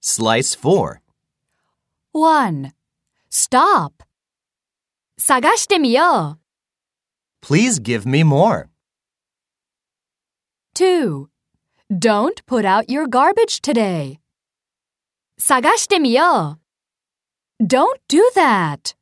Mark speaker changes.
Speaker 1: Slice 4.
Speaker 2: 1. Stop. 探してみよ
Speaker 1: Please give me more.
Speaker 2: う。2. Don't put out your garbage today. 探してみよう。Don't do that.